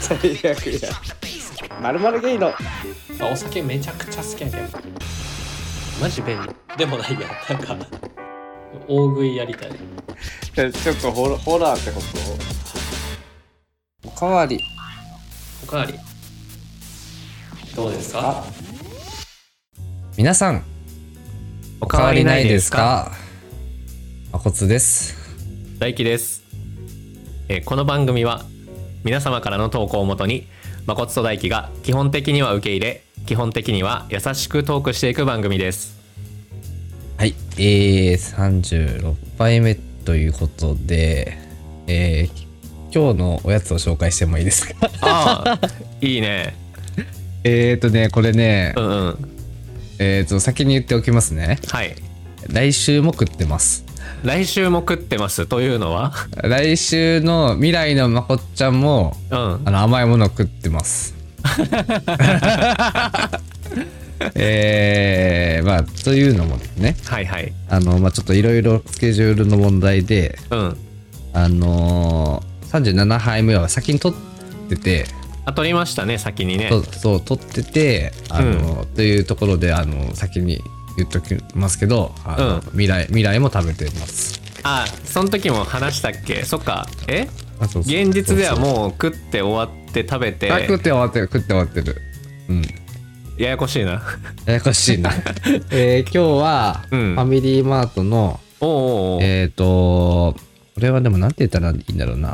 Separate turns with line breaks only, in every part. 最悪やまるまるゲイの
あお酒めちゃくちゃ好きやけどマジ便利でもないやなんか大食いやりたい
ちょっとホラホラーってことおかわり
おかわりどうです
あ
か
皆さん、おかわりないですかまこつです。
大輝です、えーこの番組は皆様からの投稿をもとにまこと大輝が基本的には受け入れ基本的には優しくトークしていく番組です
はい、えー、36杯目ということで、えー、今日のおやつを紹介してもいいですか
ああ いいね
えーとね、これね
う、んうん
えーと、先に言っておきますね。
はい
来週も食ってます。
来週も食ってますというのは
来週の未来のまこっちゃんも、
うん
あの甘いものを食ってます。 えー、まあというのもですね
はいはい
あの、まあ、ちょっといろいろスケジュールの問題で
うん
あのー、37杯目は先に取ってて
あ取りましたね先にね
そうそう取っててあの、というところであの先に言っときますけどあの、
うん
未来未来も食べてます。
あその時も話したっけそっかえ
あそうそう
現実ではもう食って終わって食べて
あ食って終わってる食って終わってる。うん
ややこしいな
ややこしいな。えー今日は、
うん
ファミリーマートの、
おうおうおう
えっ、と、これはでもなんて言ったらいいんだろうな。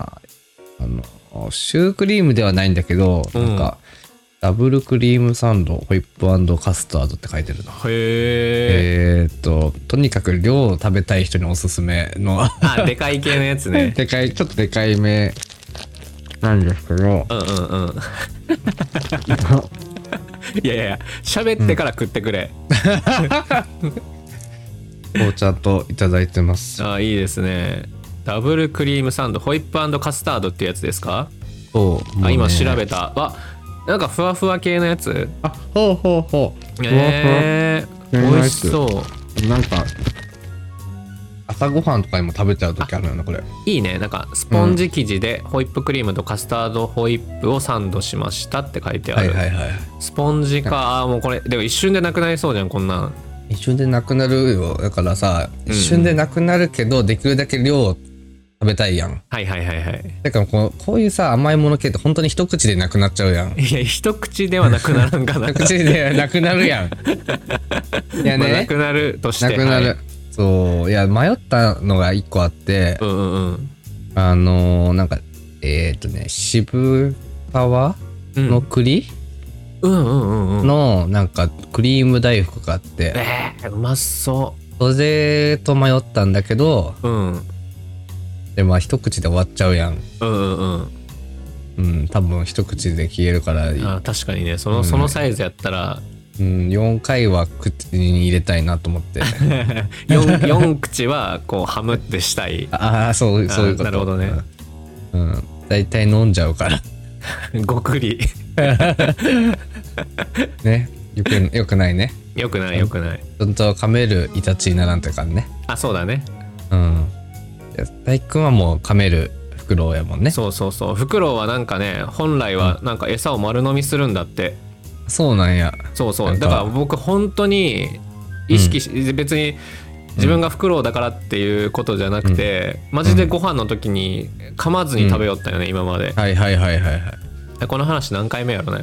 あの、シュークリームではないんだけど、
うん
なんか、ダブルクリームサンド、ホイップカスタードって書いてるな。
へえ
えっ、と、とにかく量を食べたい人におすすめ の、
あでかい系のやつ ね
でかい、ちょっとでかいめなんですけど、
うんうんうん いやいやいや喋ってから食ってくれ、
紅茶といただいてます。
あいいですねダブルクリームサンドホイップカスタードっていうやつですか、
そう、もう
あ
ね
今調べたあなんかふわふわ系のやつ
あ、ほうほうほう。
え
ふわ
ー、
ふわ
美味しそう
なんか朝ごはんとかにも食べちゃう時あるよねこれ
いいねなんかスポンジ生地でホイップクリームとカスタードホイップをサンドしましたって書いてある、
いはい
スポンジかあーもうこれでも一瞬でなくなりそうじゃんこんなん
一瞬でなくなるよだからさ
ん
一瞬でなくなるけど、できるだけ量を食べたいやん
はいはいはいはい
だからこうこういうさ甘いもの系って本当に一口でなくなっちゃうや ん
いや一口ではなくならんかな
一口でなくなる やんいや
まあな
ね、
くなるとして
なくなる、
はい
そういや迷ったのが一個あって、
うんうんうん
あのー、なんかえっ、ー、とね渋川
うん
の栗、
うんうんうんうん
のなんかクリーム大福があって
えー、うまそ
それと迷ったんだけど
ううんうん
でまあ一口で終わっちゃうやん
うんうん
うん多分一口で消えるから、
あー確かにねその,、
うん
そのサイズやった ら
うん、4回は口に入れたいなと思って
4, 四口はこうハムってしたい
ああそうそういうこと
なるほどね
うん、うん、大体飲んじゃうから
ごくり
ねよくよくないね
よくないよくない
ちゃんと噛めるイタチにならんというかんね
あそうだね
うんいや大工はもう噛めるフクロウやもんねそ
そうそうそうフクロウはなんかね本来はなんか餌を丸飲みするんだって
うなんや
そうそ
な
うん
か
だから僕本当に意識し、別に自分がフクロウだからっていうことじゃなくて、マジでご飯の時に噛まずに食べよったよね、今まで
はいはいはいはいはい
この話何回目やろ ね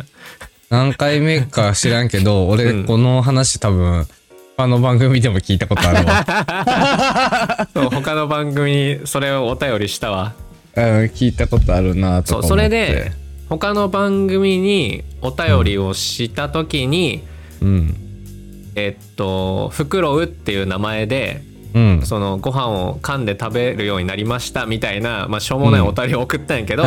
何回目か知らん けど俺、
うん
この話多分他の番組でも聞いたこと あるわ、
そう他の番組にそれをお便りした わ
うん、聞いたことあるなと
そ
か思っ
うそれ
て
で他の番組にお便りをした時に、
うん
えっとフクロウっていう名前で
うん
そのご飯を噛んで食べるようになりましたみたいな、まあ、しょうもないお便りを送ったんやけ ど、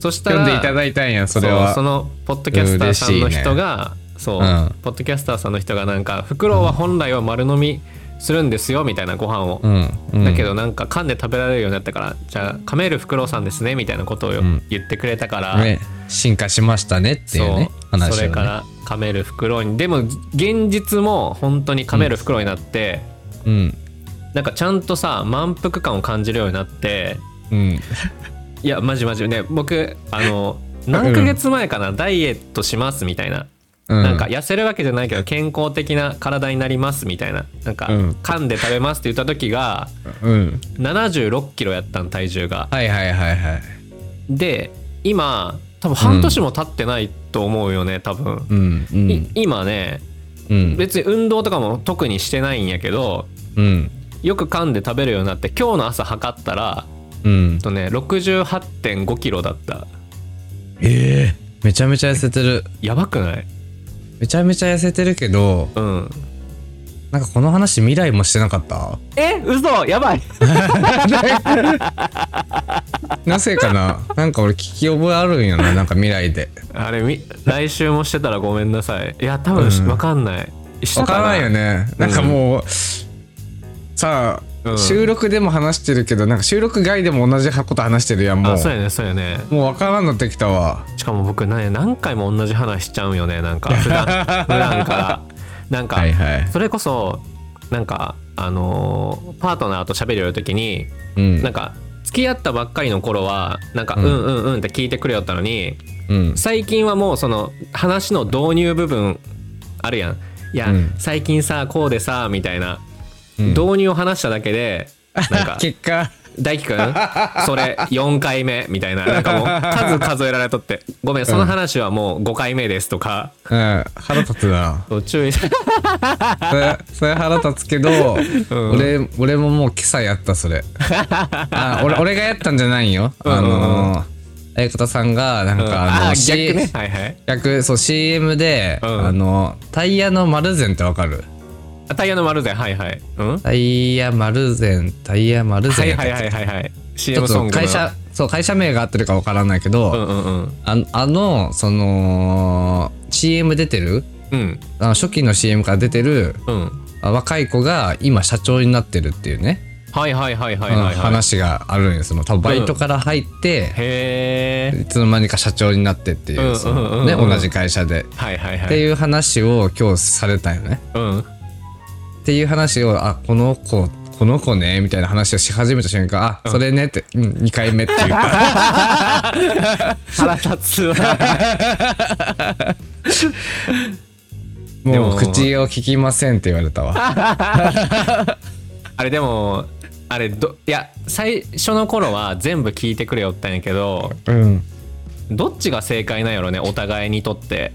そしたら
読んでいただいたんやそれは
そうそのポッドキャスターさんの人が、そう、
うん
ポッドキャスターさんの人がなんか「フクロウは本来は丸飲みするんですよ」みたいなご飯を、
うん、うん、
だけどなんか噛んで食べられるようになったから「じゃあ噛めるフクロウさんですね」みたいなことをよ
ん
言ってくれたから、
ね進化しましたねっていうね
そう
話をね
それから噛めるフクロウにでも現実も本当に噛めるフクロウになって。
うん
なんかちゃんとさ満腹感を感じるようになって
うん
いやマジマジね僕あの何ヶ月前かな、ダイエットしますみたいな
うん、
なんか痩せるわけじゃないけど健康的な体になりますみたいななんか
うん
噛んで食べますって言った時が
うん
7 6キロやったん体重が
はいはいはいはい
で今多分半年も経ってないと思うよね多分、
うんう
い
ん
今ね
うん
別に運動とかも特にしてないんやけど
うん
よく噛んで食べるようになって今日の朝測ったら
うん
えっとね68.5キロだった
ええめちゃめちゃ痩せてる
やばくない
めちゃめちゃ痩せてるけど
うん
なんかこの話未来もしてな かった
え嘘やばい
なぜかななんか俺聞き覚えあるんよななんか未来で
あれみ来週もしてたらごめんなさいいや多分し
うん
わかんないした
わからないよねなんかもう、さあ、
うん
収録でも話してるけどなんか収録外でも同じこと話してるやんもう
あそうやねそうやね
もうわからんなってきたわ
しかも僕ね何回も同じ話しちゃうんよねなんか 普段普段からなんか、
はい
それこそなんかあのーパートナーと喋る時に
うん
なんか付き合ったばっかりの頃はなんか、う
う
んん、うんうんって聞いてくれよったのに
うん
最近はもうその話の導入部分あるやんいや、
うん
最近さこうでさみたいな、
うん
導入を話しただけでなん か
結果
大輝くんそれ4回目みたいななんかもう数数えられとってごめんその話はもう5回目ですとか、
うん腹立つ な
そう注意し
それそれ腹立つけど、
ん
俺俺ももう今朝やった それあ俺俺がやったんじゃないよ、
んうんうん
あのー相方さんがなんか、
うん
あの
あー
C-
逆ねはいはい
逆そう CM で、
うん
あのタイヤの丸善ってわかる
あタイヤの丸善はいはいうん
タイヤ丸善タイヤ丸
は
善
い
やった
はいはいはいはい
ち
CM
ょっ
ソング
と
の
会社そう会社名が合ってるかわからないけど、
うんうんうん
ああのその CM 出てる
うん
あの初期の CM から出てる
うん
あ若い子が今社長になってるっていうね
はいはいはいはいはいはい
うん話があるんですもう多分バイトから入って、
へえ
いつの間にか社長になってっていう,、
うん
その
うんうんうん
ね、同じ会社で、
はいはい
っ
は
て
い
いう話を今日されたよね
うん
っていう話をあこの子この子ねみたいな話をし始めた瞬間あ、それねって、うん、2回目っていう か
腹立つわで
もう
も
口を聞きませんって言われたわ
あれでもあれどいや最初の頃は全部聞いてくれよったんやけど
うん
どっちが正解なんやろねお互いにとって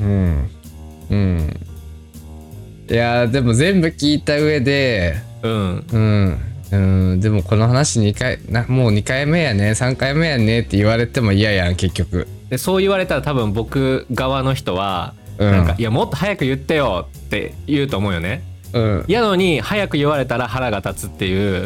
うんうんいやーでも全部聞いた上で
うん
うん、うん、でもこの話2回なもう2回目やね3回目やねって言われても嫌やん結局
でそう言われたら多分僕側の人は、
うん
なんかいやもっと早く言ってよって言うと思うよね
うん
やのに早く言われたら腹が立つって いう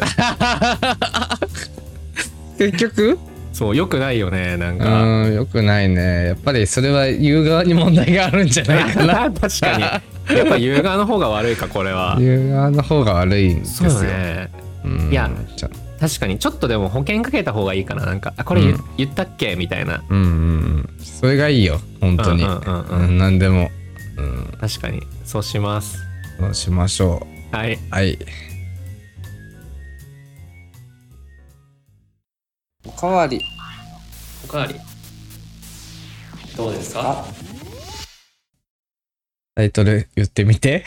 結局
そうよくないよねなん
う
か、
んよくないねやっぱりそれは言う側に問題があるんじゃないか な
確かにやっぱ言う側の方が悪いかこれは
言う側の方が悪いんで
そ
す
う
よ
よね
うん
いや
ちょ
確かにちょっとでも保険かけた方がいいかななんかあこれ言,、
うん
言ったっけみたいな
うんうんうんそれがいいよ本当に
うんうんうんうん
うん何でもうん
確かにそうします
そうしましょ
はい、
うはい
おかわり
おかわり。どうですか。
タイトル言ってみて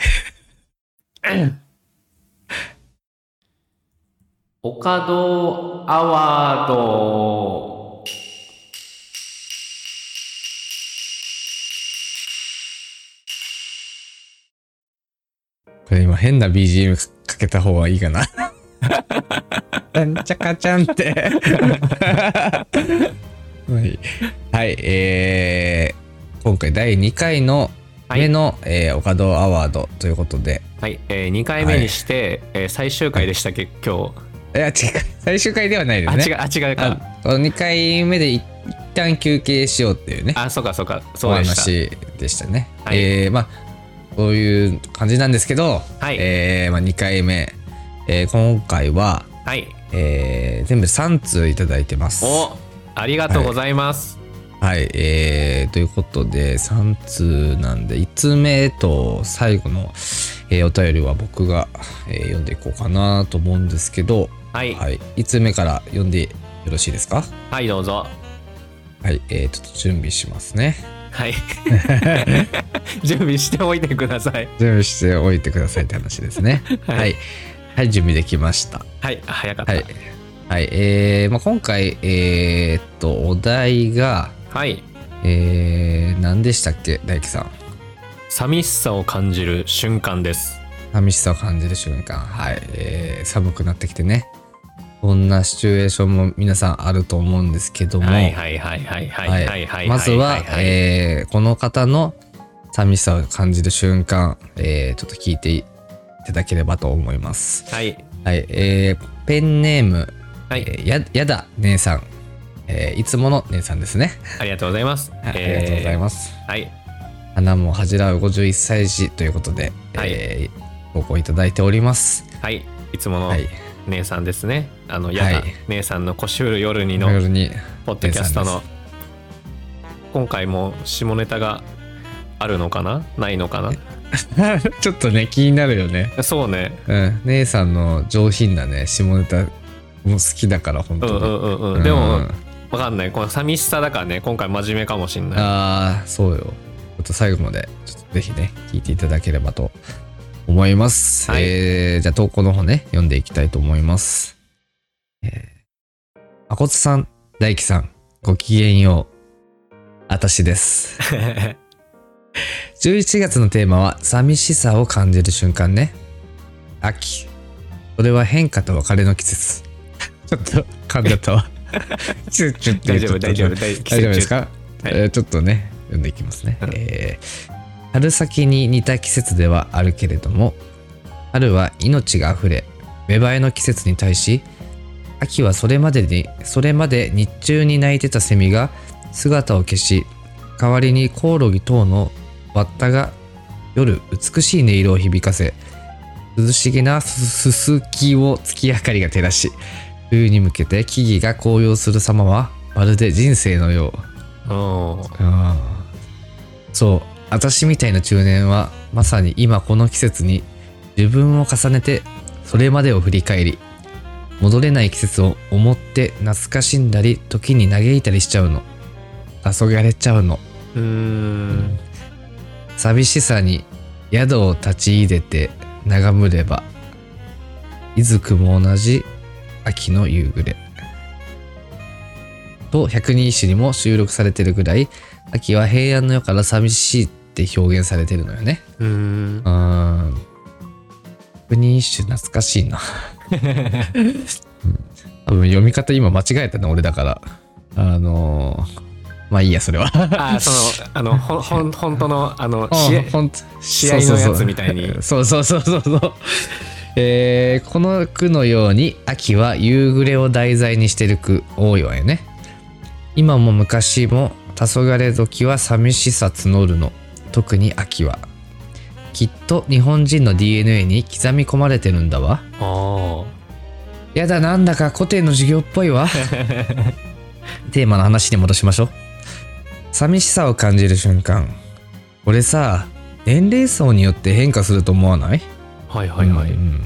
おかどアワード。
これ今変な BGM かけた方がいいかななんちゃかちゃんってはい、はい、えー今回第2回の
はい
目の、えー岡戸アワードということで
はい、えー、二回目にして、えー最終回でしたっけ、今日。
いや違う最終回ではないです
あ、
ね
違う、あ、違うか。
あこの2回目で一旦休憩しようっていうね
あ、そうか、そうか、
お
そうでした。
話でしたね、
はい
えーまあそういう感じなんですけど、
はい
えーまあ、2回目、えー今回は「
はい、
えー全部3通いただいてます。
お、ありがとうございます。
はい、えーということで3通なんで5つ目と最後の、えーお便りは僕が、えー読んでいこうかなと思うんですけど、
はい、
はい、5つ目から読んでよろしいですか
はいどうぞ
はい、えー、ちょっと準備しますね。
はい 準備しておいてください
準備しておいてくださいって話ですね。
は
はいい。はい、準備できました。
はい早かった
は
はい
い。はい、えー、まあ、今回、えー、っと、お題が、
はい
えー、何でしたっけ、大樹さん。
寂しさを感じる瞬間です
寂しさを感じる瞬間。はい。えー、寒くなってきてね。こんなシチュエーションも皆さんあると思うんですけども、
はいはいはいはいはいはいはいはい
まず
い
は、
いい
えーこの方の寂しさを感じる瞬間、えーちょっと聞いていただければと思います。
はい
はい、えーペンネーム、
はい
えーややだ姉さん、えーいつもの姉さんですね。
ありがとうございます
はいありがとうございます。
すはい
花も恥じらう51歳児ということで、
はい
えー投稿いただいております。
はいいつもの
はい、
姉さんですねあのやだ
はい
姉さんの腰折る夜にの
夜に、
ポッドキャスト
姉さ
の
ん
今回も下ネタがあるのかなないのか
ちょっとね、気になるよね。
なそうね
うん、姉さんの上品なね、下ネタも好きだから、本
う
当
ん
に。
うんうんうんでもわかんないこの寂しさだからね今回真面目かもしんない
ああそうよちょっと最後までちょっとぜひね聞いていただければと思います、
はい
えーじゃあ投稿の方ね読んでいきたいと思いますえーまこつさん大輝さんごきげんようあたしです 11月のテーマは寂しさを感じる瞬間ね秋それは変化と別れの季節 ちょっと噛んじゃったわ ちょちょ
大丈
ちょ
夫
っと
大丈夫大丈夫
大丈夫ですか、
はい
えーちょっとね読んでいきますね、
うん
えー春先に似た季節ではあるけれども春は命があふれ芽生えの季節に対し秋はそれまでにそれまで日中に鳴いてたセミが姿を消し代わりにコオロギ等のバッタが夜美しい音色を響かせ涼しげなすすすきを月明かりが照らし冬に向けて木々が紅葉する様はまるで人生のよう
うん
あーそう私みたいな中年はまさに今この季節に自分を重ねてそれまでを振り返り戻れない季節を思って懐かしんだり時に嘆いたりしちゃうの黄昏っちゃうの
うーん
寂しさに宿を立ち入れて眺めればいずくも同じ秋の夕暮れと百人一首にも収録されてるぐらい秋は平安の世から寂しいって表現されてるのよね
うーん
うーん百人一首懐かしいなうん多分読み方今間違えたね俺だからあのーまあいいやそれは
あー そのあのほんほん本当のあの試合
うんほんと
試合の
そうそうそう
やつみたいに
そうそうそうそうそう。えーこの句のように秋は夕暮れを題材にしてる句多いわよね。今も昔も黄昏時は寂しさ募るの。特に秋は。きっと日本人の DNA に刻み込まれてるんだわ。
あ
やだなんだか古典の授業っぽいわテーマの話に戻しましょう寂しさを感じる瞬間これさ年齢層によって変化すると思わない
あはいはいはい
うん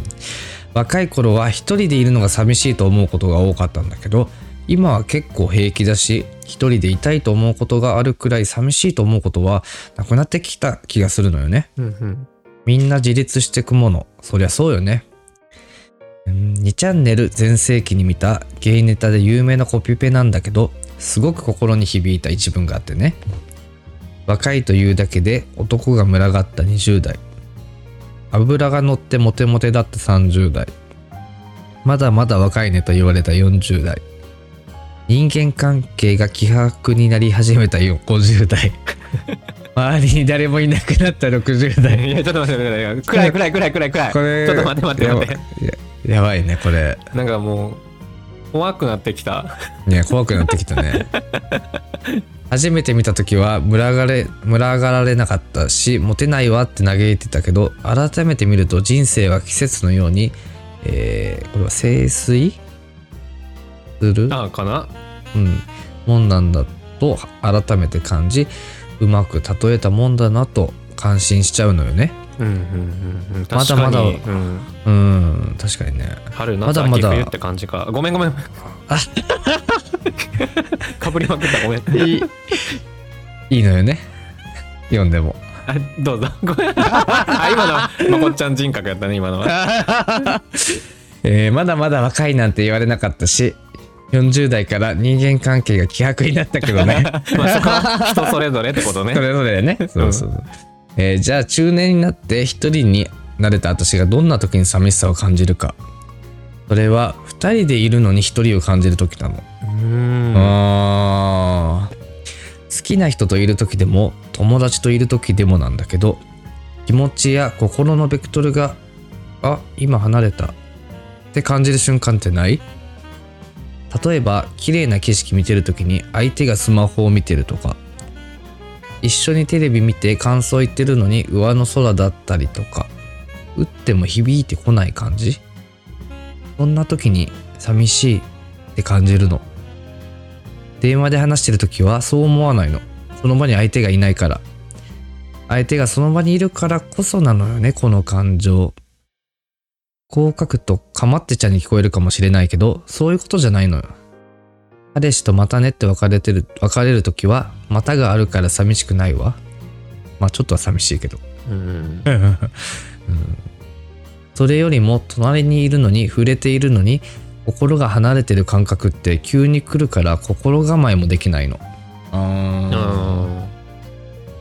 若い頃は一人でいるのが寂しいと思うことが多かったんだけど今は結構平気だし一人でいたいと思うことがあるくらい寂しいと思うことはなくなってきた気がするのよね
うんうん
みんな自立してくもの。そりゃそうよね。うん2チャンネル全盛期に見たゲイネタで有名なコピペなんだけど、すごく心に響いた一文があってね。若いというだけで男が群がった20代。脂が乗ってモテモテだった30代。まだまだ若いねと言われた40代。人間関係が希薄になり始めた50代。周りに誰もいなくなった60 代。
いやちょっと待って待って待って暗い暗い暗い暗い暗い
これ
ちょっと待って待って待って
ややばいねこれ
なんかもう怖くなってきた。
ね怖くなってきた ね初めて見た時は群がれ群がられなかったしモテないわって嘆いてたけど改めて見ると人生は季節のように、えーこれは清水する
あかな
うん、もんなんだと改めて感じうまく例えたもんだなと感心しちゃうのよね
うんうんうんうん。
まだ
確
まだ
かにうん、
うん確かにね
春
ま
夏
だま
秋
だ
冬って感じか。ごめんごめん。かぶりまくったごめん
いいいいのよね読んでも
あどうぞごめんあ今のまこっちゃん人格やったね今の は
えーまだまだ若いなんて言われなかったし40代から人間関係が希薄になったけどね
まあそこは人それぞれってことね
それぞれねそうそうそう、えーじゃあ中年になって一人になれた私がどんな時に寂しさを感じるかそれは2人でいるのに一人を感じる時なの
うーん
あー好きな人といる時でも友達といる時でもなんだけど気持ちや心のベクトルがあ今離れたって感じる瞬間ってない例えば綺麗な景色見てる時に相手がスマホを見てるとか一緒にテレビ見て感想言ってるのに上の空だったりとか打っても響いてこない感じそんな時に寂しいって感じるの電話で話してる時はそう思わないのその場に相手がいないから相手がその場にいるからこそなのよねこの感情こう書くとかまってちゃんに聞こえるかもしれないけどそういうことじゃないのよ彼氏とまたねって別れてる別れる時はまたがあるから寂しくないわまあちょっとは寂しいけど
うん
それよりも隣にいるのに触れているのに心が離れてる感覚って急に来るから心構えもできないの
うん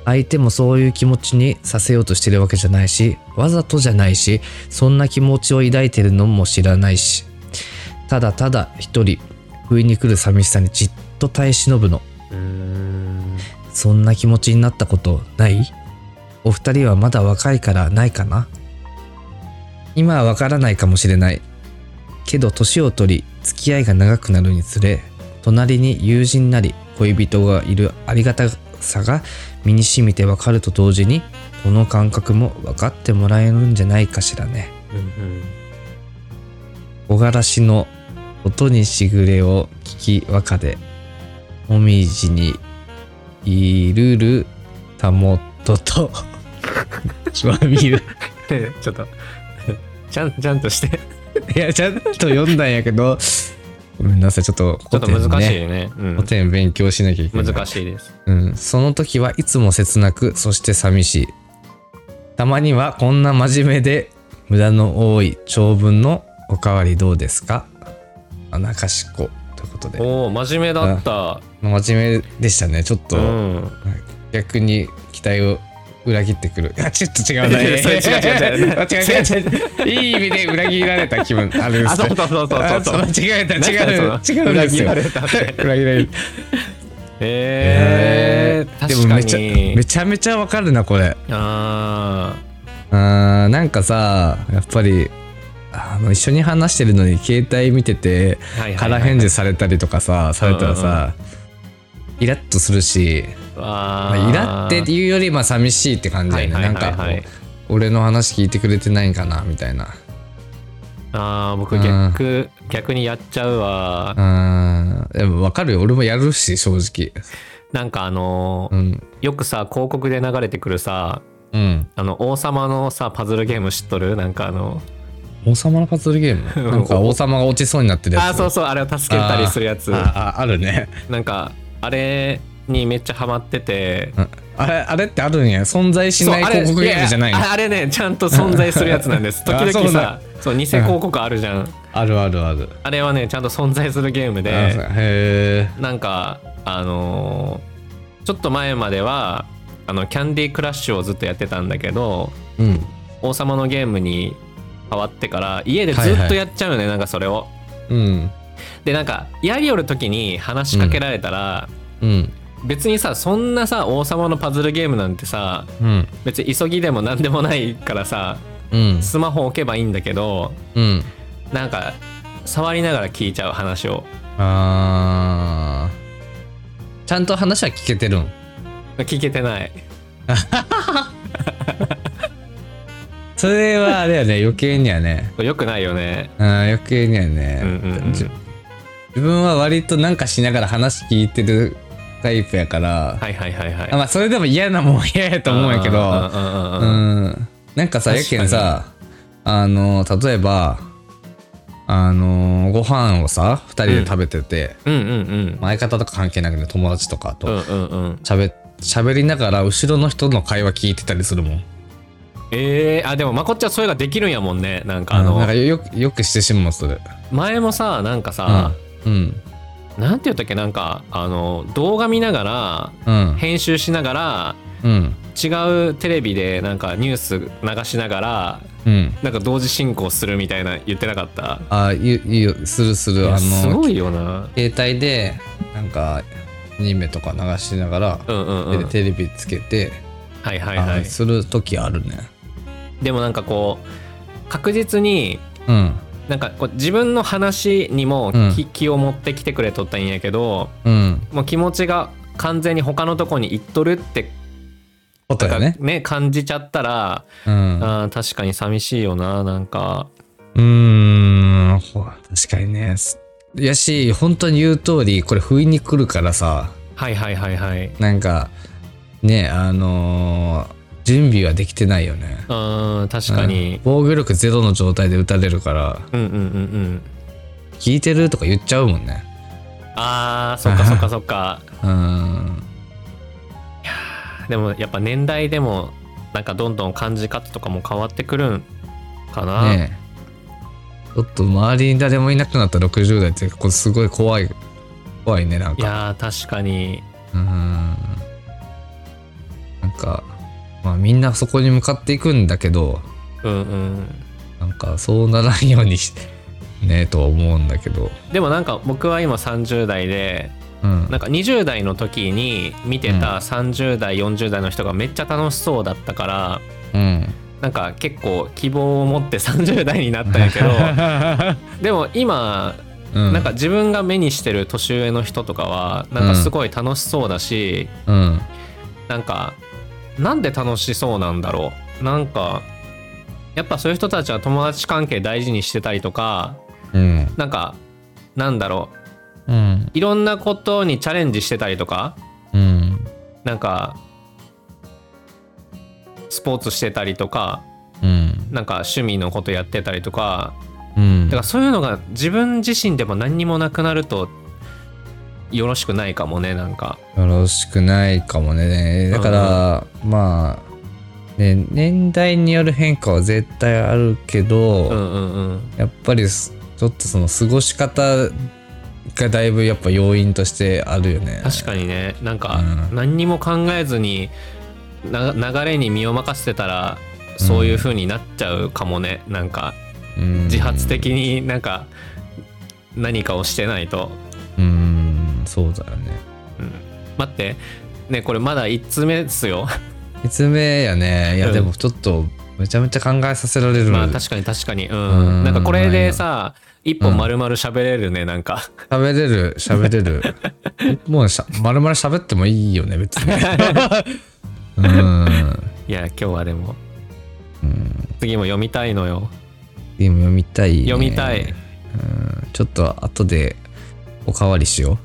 相手もそういう気持ちにさせようとしてるわけじゃないしわざとじゃないしそんな気持ちを抱いてるのも知らないしただただ一人不意に来る寂しさにじっと耐え忍ぶの
うん
そんな気持ちになったことないお二人はまだ若いからないかな今はわからないかもしれない。けど年を取り、付き合いが長くなるにつれ、隣に友人なり恋人がいるありがたさが身に染みてわかると同時に、この感覚も分かってもらえるんじゃないかしらね。木枯らしの音にしぐれを聞き和歌で、もみじにいるるたもとと、 まみる。
でちょっと ちゃんちゃんとして
いや、ちゃんと読んだんやけど、ごめんなさい、ちょっと、
ちょっと難しい
ね。
ねうん
古典勉強しなきゃいけない。
難しいです
うん、その時はいつも切なく、そして寂しい。たまにはこんな真面目で、無駄の多い長文のおかわりどうですかあなかしこ。ということで。
おお真面目だった
真面目でしたね、ちょっと。
うん
逆に期待を裏切ってくる。あ、ちょっと違うな。
いやそれ違う違う違う
あ違う違う違う。いい意味で裏切られた気分あるんで
あ
す
そ
ね
うそうそうそう
あ
そう
そう違えた違う
なんだその
違うんです
裏
よ
切られた って
裏切られた
えー、
で
確
も
か
めちゃ
に
めちゃめちゃわかるなこれ
あ
あーなんかさやっぱりあの一緒に話してるのに携帯見てて
ーはいはい
空
はい
返事されたりとかさされたらさイラッとするし、ま
あ
あ
ー
イラってっていうよりまあ寂しいって感じだよね、
はいはいはいはい
なんか俺の話聞いてくれてないんかなみたいな
あー僕
うん
逆、逆にやっちゃうわ
あーでもわかるよ俺もやるし正
なんかあのー
直うん
よくさ広告で流れてくるさ
うん
あの王様のさパズルゲーム知っとるなんかあの
王様のパズルゲームなんか王様が落ちそうになってるやつ
あーそうそうあれを助けたりするやつ
あああるね
なんかあれにめっちゃハマってて
うんあれあれってあるんや存在しない
そうあれ
広告ゲームじゃない
や
の
やああれねちゃんと存在するやつなんです時
あ
々
そう
さ
だ
そう偽広告あるじゃん
あるあるある
あれはねちゃんと存在するゲーム
あそう
で
へ
なんかあのーちょっと前まではあのキャンディークラッシュをずっとやってたんだけど
えうん
王様のゲームに変わってから家でずっとやっちゃうよね、なんかそれを
うん
でなんかやりよる時に話しかけられたら、
うん
別にさそんなさ王様のパズルゲームなんてさ
うん
別に急ぎでも何でもないからさ
うん
スマホ置けばいいんだけど
うん
なんか触りながら聞いちゃう話を
あーちゃんと話は聞けてるん
聞けてない
それはあれやね余計には ね
よくないよね
あー余計には
うん
ね、
うんうん
じ自分は割となんかしながら話聞いてるタイプやから、
はいはいはいはい
あまあそれでも嫌なもんは嫌やと思うんやけど
うんうんうんうん
うんなんかさや
確かに
けんさあの例えばああのーご飯をさ2人で食べてて、
うんうんうん
まあ相方とか関係なくて友達とか
うん
と
うんうん
しゃべ,、りながら後ろの人の会話聞いてたりするもん
えー、あでもまこっちゃんそれができるんやもんねなんかあ
うん
の
なんかよよくしてしまうそれ
前もさなんかさ、
うん
なんて言ったっけなんかあの動画見なが
うん
ら編集しながら
うん
違うテレビでなんかニュース流しながら
うん
なんか同時進行するみたいな言ってなかった
あいいいよするす
い
る
や
あ
す
の
ごいよな
携帯でなんかアニメとか流しながら、
うんうんうん
テレビつけて、
はいはいは
あ
い
する時あるね
でもなんかこう確実に
うん
なんかこう自分の話にも
うん
気,、気を持ってきてくれとったんやけど
うん
もう気持ちが完全に他のとこに行っとるって
こと
な
や
んか
ね
ね感じちゃったら、
うん
あー確かに寂しいよななんか
うーん、ほ確かにね。すいやし、本当に言う通り、これ、不意に来るからさ、
はいはいはいはいうん
なんか、ね、あのー準備はできてないよね。
確か
うん
に
防御力ゼロの状態で撃たれるから、
うんうんうんうん
聞いてるとか言っちゃうもんね。
あーそっかそっかそっか
うーん。
でもやっぱ年代でもなんかどんどん感じ方とかも変わってくるんかな、
ねちょっと周りに誰もいなくなった60代って、これすごい怖い、怖いね、なん
い
か。
やー確かに
うーん。なんか、まあみんなそこに向かっていくんだけど、
うんうん
なんかそうならんようにし ねえとは思うんだけど。
でもなんか僕は今30代で
うん。
なんか20代の時に見てた30代40代の人がめっちゃ楽しそうだったから
うん。
なんか結構希望を持って30代になったんや けどでも今
うん。
なんか、自分が目にしてる年上の人とかはなんかすごい楽しそうだし
うん。
なんかなんで楽しそうなんだろうなんかやっぱそういう人たちは友達関係大事にしてたりとか
うん。
なんかなんだろう
うん。
いろんなことにチャレンジしてたりとか
うん。
なんかスポーツしてたりとか
うん。
なんか趣味のことやってたりとか
うん
だからそういうのが自分自身でも何にもなくなるとよろしくないかもねなんか
よろしくないかもね。だから、まあ、ね、年代による変化は絶対あるけど、
うんうんうん
やっぱりす、ちょっとその過ごし方がだいぶやっぱ要因としてあるよね。
確かにねなんか
うん
何にも考えずにな流れに身を任せてたらそういう風になっちゃうかもねなんか
うん
自発的になんか何かをしてないと
うん、そうだよね。
うん待ってねこれまだ1通目ですよ
説明やねいや、
うん
でもちょっとめちゃめちゃ考えさせられる、
まあ確かに確かにうん
うん
なんかこれでさ一
うん
本丸々喋れるねなんか
喋れる喋れ るもうしゃまるまる喋ってもいいよね別にうん
いや今日はでも次も読みたいのよ
でも読みたい、ね、
読みたい
うんちょっと後でおかわりしよ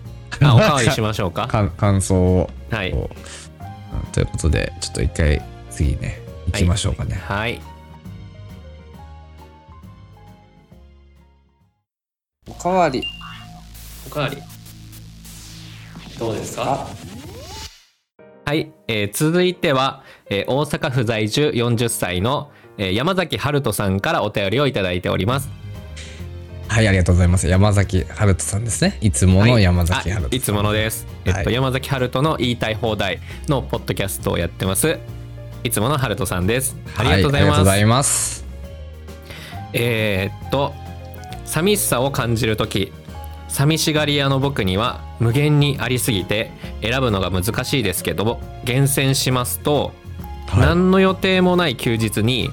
あおかわりしましょう
う
か
か感想を、
はい
こううんということでちょっと一回次ね行きましょうかね、
はい
おかわり
おかわりどうです
か
はい、えー続いては、えー大阪府在住40歳の、えー山崎春人さんからお便りをいただいております
はいありがとうございます山崎春人さんですねいつもの山崎
はい
春
あい
人
つ
さん、
ものです、えっと
はい
山崎春人の言いたい放題のポッドキャストをやってますいつもの春人さんですありがとうございます,、
はいありがとうございます
えーっと寂しさを感じる時寂しがり屋の僕には無限にありすぎて選ぶのが難しいですけど厳選しますと、
はい
何の予定もない休日に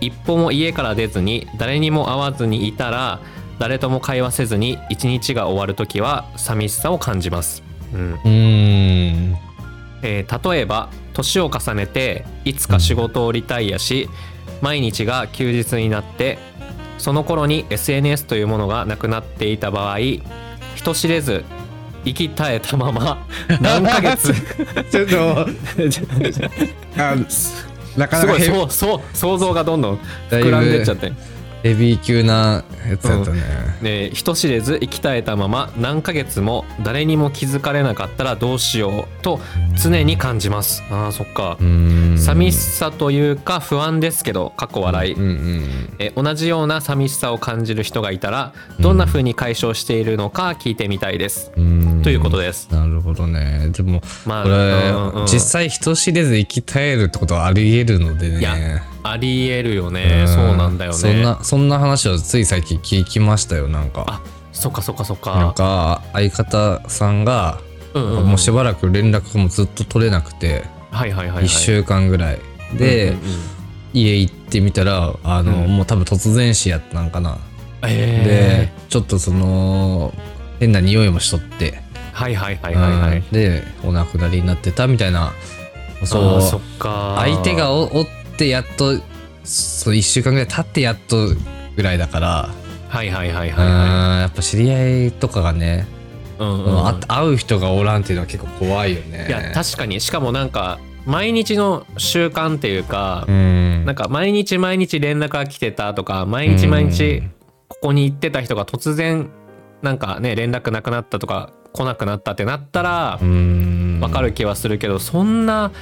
一歩も家から出ずに誰にも会わずにいたら誰とも会話せずに一日が終わる時は寂しさを感じます。うん
うーん
えー例えば年を重ねていつか仕事をリタイアし、毎日が休日になってその頃に SNS というものがなくなっていた場合人知れず生き絶えたま ま何ヶ月
ちょっとあなか
すご
なか
い
ヘビ
そうそう想像がどんどん
だいぶ
膨らんでっちゃって
ヘビー級なやつやったね。
で人知れず生き絶えたまま何ヶ月も誰にも気づかれなかったらどうしようと常に感じますあーそっか
うん
寂しさというか不安ですけど過去笑い、
うんうん
え同じような寂しさを感じる人がいたらどんな風に解消しているのか聞いてみたいです、
うん。うん
ということです
なるほどね。でも、
まあ
これ
うんうん、
実際人知れず生き絶えるってことはあり得るので
いや
ね。
ありえるよ
う
ね
ん
そうなんだよね
そんな、そんな話をつい最近聞きましたよ、なんか。
あそっかそっかそっか
なんか、相方さんが、
うんうんうん
もうしばらく連絡もずっと取れなくて、
はいはいはい、はい、
1週間ぐらい。
うん
で、
うんうん
家行ってみたら、あ
う
の、
ん
もう多分突然死やったんかな。で
え、
ちょっとその、変な匂いもしとって、
ー、はいはいはいはいは
うん
い
で、お亡くなりになってたみたいな、
あ
そ
ー
う、
そっか
相手がおおってやっとそう1週間ぐらい経ってやっとぐらいだから、
はいはいはいはいは
うんやっぱ知り合いとかがね、
いうんう
うん
うん
あ会う人がおらんっていうのは結構怖いよね
いや確かにしかもなんか毎日の習慣っていうか、
うん
なんか毎日毎日連絡が来てたとか毎日毎
う
日
ん
ここに行ってた人が突然なんかね連絡なくなったとか来なくなったってなったら
うん
わかる気はするけどそんな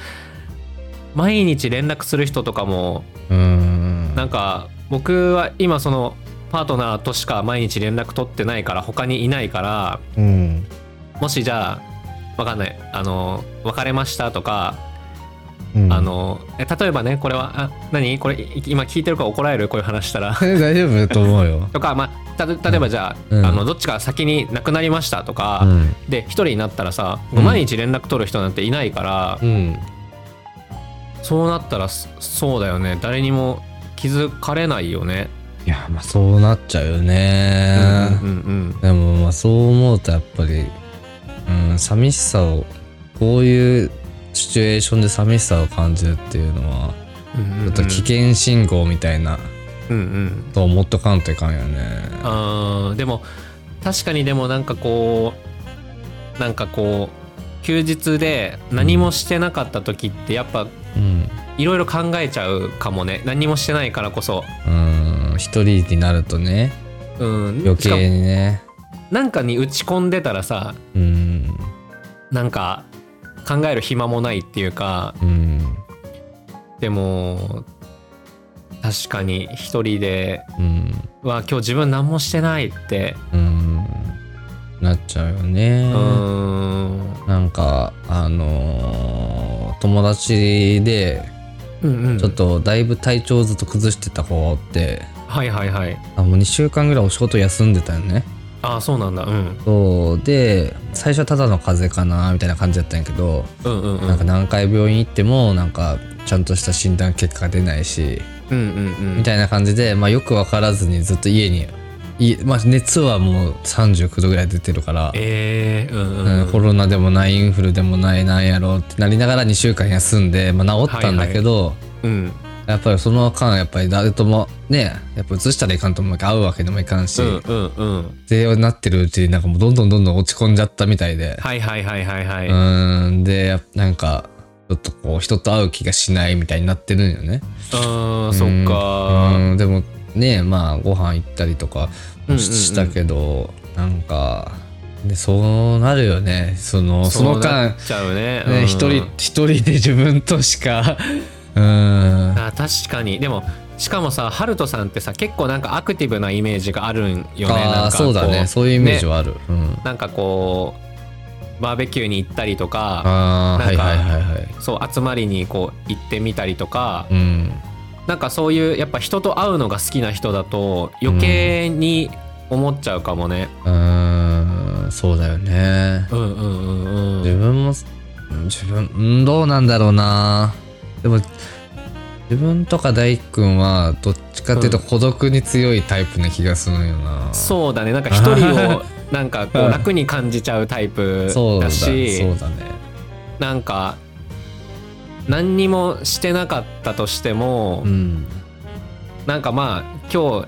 毎日連絡する人とかも
うん
なんか僕は今そのパートナーとしか毎日連絡取ってないから他にいないから
うん
もしじゃあわかんないあの別れましたとか
うん
あのえ例えばねこれはあ何これい今聞いてるから怒られるこういう話したら
大丈夫だと思うよ
とか、まあ、たと例えばじゃあ,、
うん
あのどっちか先に亡くなりましたと
う
か、
ん
で一人になったらさ
うん
毎日連絡取る人なんていないから、
うん
そうなったらそそうだよね誰にも気づかれないよね。
いやまあそうなっちゃうよ
う
ね
んうんうん
でもまあそう思うとやっぱり、うん、寂しさをこういうシチュエーションで寂しさを感じるっていうのは
うんうん
ち
う
ょ
ん
っと危険信号みたいな
うんうん
と思っとかんといかんよね。
あーでも確かにでもなんかこうなんかこう休日で何もしてなかった時ってやっぱ
うん、
いろいろ考えちゃうかもね何もしてないからこそ、
うん一人になるとね
うん、
余
しか
計
も
にね。
なんかに打ち込んでたらさ
うん
なんか考える暇もないっていうか
うん
でも確かに一人で
うん
は今日自分何もしてないって
うんなっちゃうよね
う。ん
なんかあのー友達で
うんうん
ちょっとだいぶ体調をずっと崩してた子って、
はいはいはい
あもう2週間ぐらいお仕事休んでたよね
ああそうなんだうん
そうで最初はただの風邪かなみたいな感じだったんやけど、
うんうんうん
なんか何回病院行ってもなんかちゃんとした診断結果が出ないし、
うんうんうん
みたいな感じで、まあ、よく分からずにずっと家にい、まあ、熱はもう39度ぐらい出てるから、
ええうんう、
うんんコロナでもないインフルでもないなんやろうってなりながら2週間休んで、まあ、治ったんだけど、
うん、
やっぱりその間やっぱり誰ともねやっぱ移したらいかんと思うけど会うわけでもいかんし、
うんうんうん
ってなってるうちになんかもうどんどんどんどん落ち込んじゃったみたいで、、
はいはいはいはいはいう
ーんでなんかちょっとこう人と会う気がしないみたいになってるんよね
あーそっか
うんでもねまあご飯行ったりとか
うんうんうん
したけど、なんかでそうなるよねそのその
な
間
っちゃうねうん
ね一、人一人で自分としかうーん
あ確かにでもしかもさハルトさんってさ結構なんかアクティブなイメージがあるんよね
あ
なん
あ
か
そうだ
こ
ねそういうイメージはある、うん
なんかこうバーベキューに行ったりとか
ああ
な
は
ん
い
か
はいはいはい
そう集まりにこう行ってみたりとか、
うん
なんかそういうやっぱ人と会うのが好きな人だと余計に思っちゃうかもね、
うーんそうだよね
うん、うんうんうん
自分もうん自分うんどうなんだろうなでも自分とか大輝くんはどっちかっていうと
うん
孤独に強いタイプな気がするんよな、
そうだねなんか一人をなんかこ
う
うん楽に感じちゃうタイプ
そうだ
だし
そうだね
なんか何にもしてなかったとしても、
うん
なんかまあ今日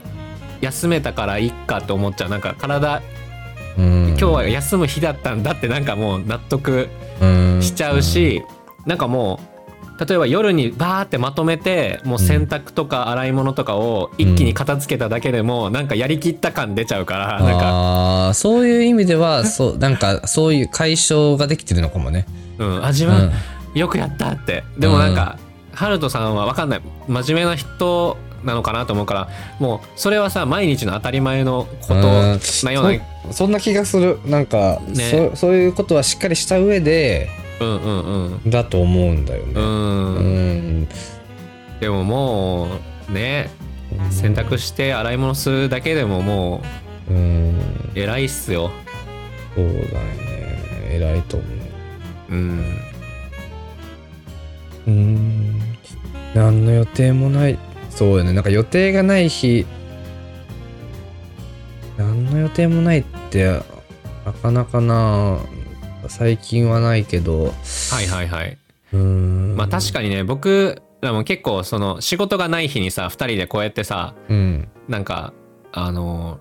休めたからいっかと思っちゃうなんか体
うん
今日は休む日だったんだってなんかもう納得
うん
しちゃうし、なんかもう例えば夜にバーってまとめてもう洗濯とか洗い物とかを一気に片付けただけでもなんかやりきった感出ちゃうから、なんか、
あーそういう意味ではそうなんかそういう解消ができてるのかもね。
うん、あ自
うん
分、よくやったってでもなんか、ハルトさんは分かんない真面目な人なのかなと思うからもうそれはさ毎日の当たり前のこと
うん
なようなうん
そそんな気がするなんか、
ね
そそういうことはしっかりした上で
うんうん
だと思うんだよ
う
ね。
ん、
うん
でももうね洗濯して洗い物するだけでもも
うん
う偉いっすよ
そうだよね偉いと思う。
うん
うーん何の予定もないそうよねなんか予定がない日何の予定もないってなかなかな最近はないけどう
はいはいはい
ーん
まあ確かにね僕らも結構その仕事がない日にさ2人でこうやってさ
うん
なんかあの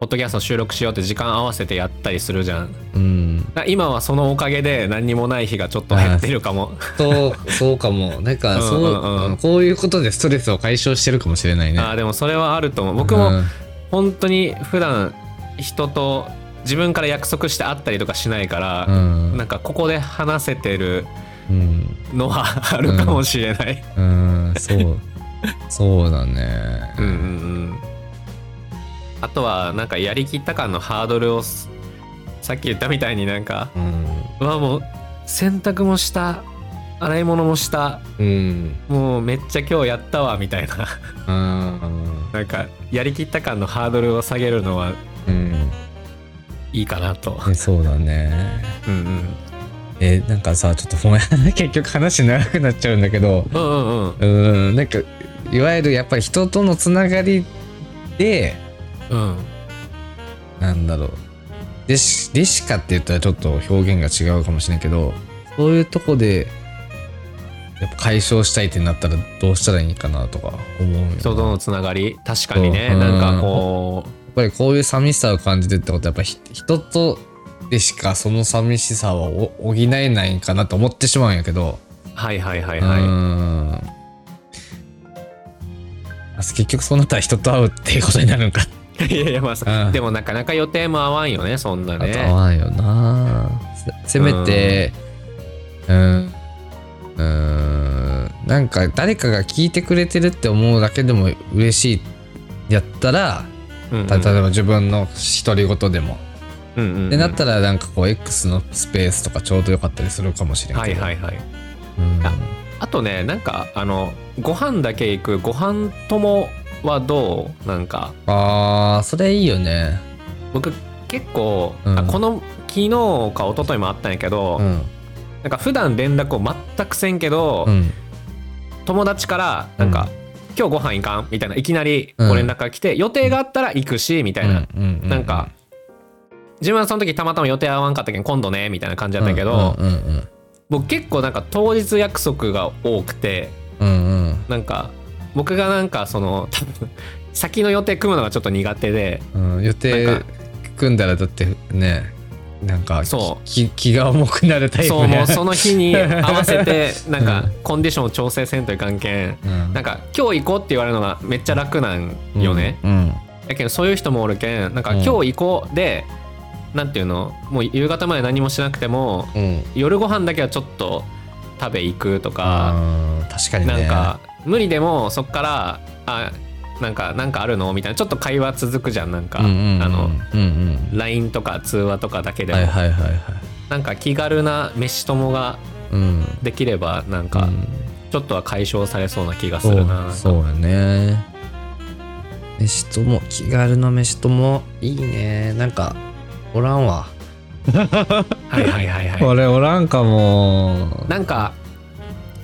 ポッドキャスト収録しようって時間合わせてやったりするじゃん
うん
だ今はそのおかげで何にもない日がちょっと減ってるかも
そう そうかもなんかそう
うんうんうん
うんこういうことでストレスを解消してるかもしれないね
あーでもそれはあると思う僕も
うん
本当に普段人と自分から約束して会ったりとかしないから、
うん
なんかここで話せてる
うん
のはあるかもしれない。
うんそうそうだね
うんうんうんあとはなんかやりきった感のハードルをすさっき言ったみたいになんか
うん
うわもう洗濯もした洗い物もした
うん
もうめっちゃ今日やったわみたいな
うん
なんかやりきった感のハードルを下げるのは
うん
いいかなと。
ねそうだね
うんうん
えーなんかさちょっとごめん 結局話長くなっちゃうんだけど
うんうんうん
うーんなんかいわゆるやっぱり人とのつながりで
うん
なんだろうでしでしかって言ったらちょっと表現が違うかもしれないけどそういうとこでやっぱ解消したいってなったらどうしたらいいかなとか思うよ
人とのつながり確かにね
そう
なんかこ
やっぱりこういう寂しさを感じてるってことはやっぱひ人とでしかその寂しさはお補えないんかなと思ってしまうんやけど。
うはいはいはいうはい、
ーんあ結局そうなったら人と会うっていうことになるのか。
いやいやまあさ、
うん
でもなかなか予定も合わんよねそんな
あと会
ね
わんよな。せせめて、うん。うーん。なんか誰かが聞いてくれてるって思うだけでも嬉しいやったら、
うんうん
た例えば自分の独り言でも。
うんうんうん
でなったらなんかこう X のスペースとかちょうどよかったりするかもしれない
はい
けど。。
はいいはいあとねなんかあのご飯だけ行くご飯ともはどうなんか
ああ、それいいよね。
僕結構、
うん
あこの昨日か一昨日もあったんやけど、
うん。
なんか普段連絡を全くせんけど、
うん。
友達からなんか、
うん
今日ご飯行かん?」みたいないきなりご連絡が来て、予定があったら行くしみたいな、
うんうんう
なんか自分はその時たまたま予定合わんかったけん今度ねみたいな感じだったけど、
うんうんうん
僕結構なんか当日約束が多くて
うんうん
なんか僕がなんかその 多分先の予定組むのがちょっと苦手で
うん、予
なん
定
か
組んだらだってねなんか
そう
き気が重くなるタイプ
そうもうそ
の
の日 に合わせてなん
う
か
ん
コンディションを調整せんといかんけんなんか今日行こうって言われるのがめっちゃ楽なんよね。
うん
だけどそういう人もおるけんなんか
うん
今日行こうで、なんていうのもう夕方まで何もしなくても
うん、うん
夜ご飯だけはちょっと食べ行くとか、
あー確かにね
なんか無理でもそっからあなんかなんかあるのみたいなちょっと会話続くじゃんなんか、
うんうんうん
あの
うん
LINE とか通話とかだけ
う
で
ん、
も、
はいはいはいはい
なんか気軽な飯友が
うん
できればなん
う
か
ん
ちょっとは解消されそうな気がす
そ
るな、
うそうやね飯とも気軽な飯ともいいねなんかおらんわ、
はいはいはいはい
俺おらんかも
なんか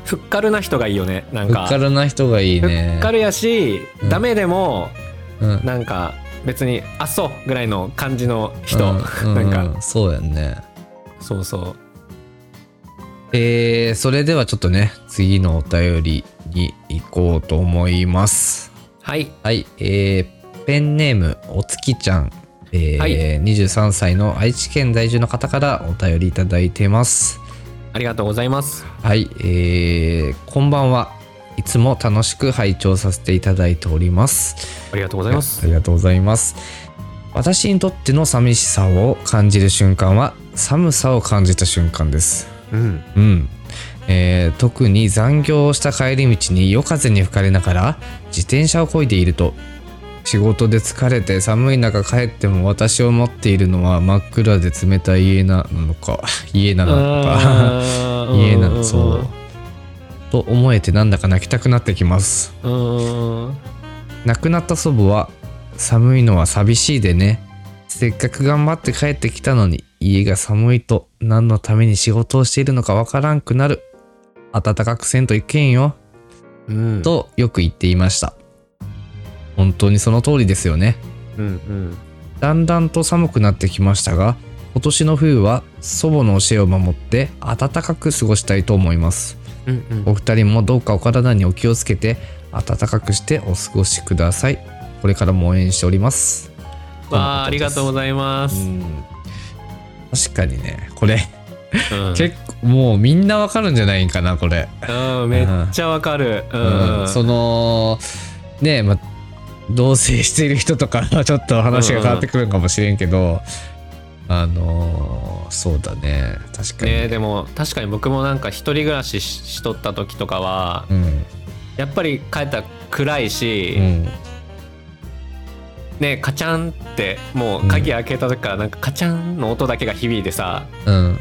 ふっかるな人がいいよねなん
ふっ
か
かるな人がいいね
ふっかるやし、
うん
ダメでも
うん、
なんか別に「あそう」ぐらいの感じの人、
うんう ん
なんか
そうやんね
そうそう
えー、それではちょっとね次のお便りに行こうと思います
はい
はいえー、ペンネームおつきちゃんえー
はい
23歳の愛知県在住の方からお便りいただいてます
ありがとうございます。
はい、えー、こんばんはいつも楽しく拝聴させていただいております
ありがとうございます
あ。りがとうございます私にとっての寂しさを感じる瞬間は寒さを感じた瞬間です
うん。
うん、えー特に残業をした帰り道に夜風に吹かれながら自転車を漕いでいると仕事で疲れて寒い中帰っても私を持っているのは真っ暗で冷たい家なのか家なのか家なのそうと思えてなんだか泣きたくなってきます
うーん。
亡くなった祖母は寒いのは寂しいでねせっかく頑張って帰ってきたのに家が寒いと何のために仕事をしているのかわからんくなる暖かくせんといけんよ
うん。
とよく言っていました本当にその通りですよね
うんうん。
だんだんと寒くなってきましたが今年の冬は祖母の教えを守って暖かく過ごしたいと思います
うんうん。
お二人もどうかお体にお気をつけて暖かくしてお過ごしくださいこれからも応援しております
わあ、ありがとうご
ざ
ざ
い
います。うん。
確かにねこれ結構もうみんなわかるんじゃないんかなこれ
うんめっちゃわかる。う
うん
ん。
そのねえ、ま、同棲している人とか はちょっと話が変わってくるかもしれんけど、あのーそうだね確かに、
ねでも確かに僕もなんか一人暮らしししとった時とかは
うん
やっぱり帰ったら暗いし、
うん
ねカチャンってもう鍵開けた時からなんかカチャンの音だけが響いてさ
うん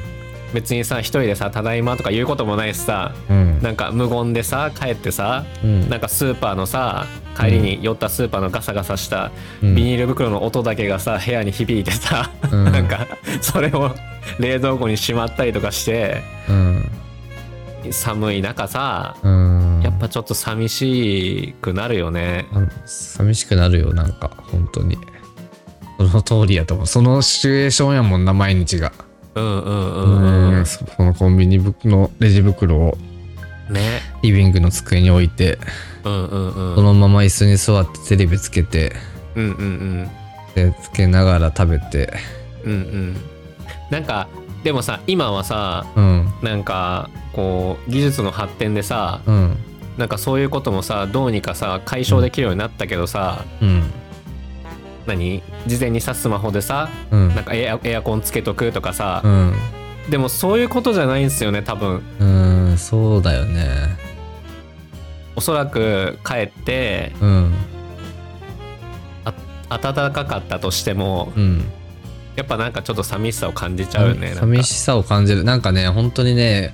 別にさ一人でさ「ただいま」とか言うこともないしさ
うん
なんか無言でさ帰ってさ
うん
なんかスーパーのさ帰りに寄ったスーパーのガサガサした
うん
ビニール袋の音だけがさ部屋に響いてさ、
うん
なんかそれを冷蔵庫にしまったりとかして
うん
寒い中さ
うん
やっぱちょっと寂しくなるよね。
あの寂しくなるよなんか本当にその通りやと思うそのシチュエーションやもんな毎日が
うんうん
う
うんうん。
そそのコンビニぶのレジ袋を
ね。
リビングの机に置いて
うんうんうん。
そのまま椅子に座ってテレビつけて
うんうんうん。
でつけながら食べて
うんうん。なんかでもさ今はさ
うん
なんかこう技術の発展でさ
うん
なんかそういうこともさどうにかさ解消できるようになったけどさ、
うん
何事前にさスマホでさ
うん
なんかエアエアコンつけとくとかさ
う、ん
でもそういうことじゃないんですよね多分
うんそうだよね
おそらく帰って
うん
暖かかったとしても
うん
やっぱなんかちょっと寂しさを感じちゃうよねなんか
寂しさを感じるなんかね本当にね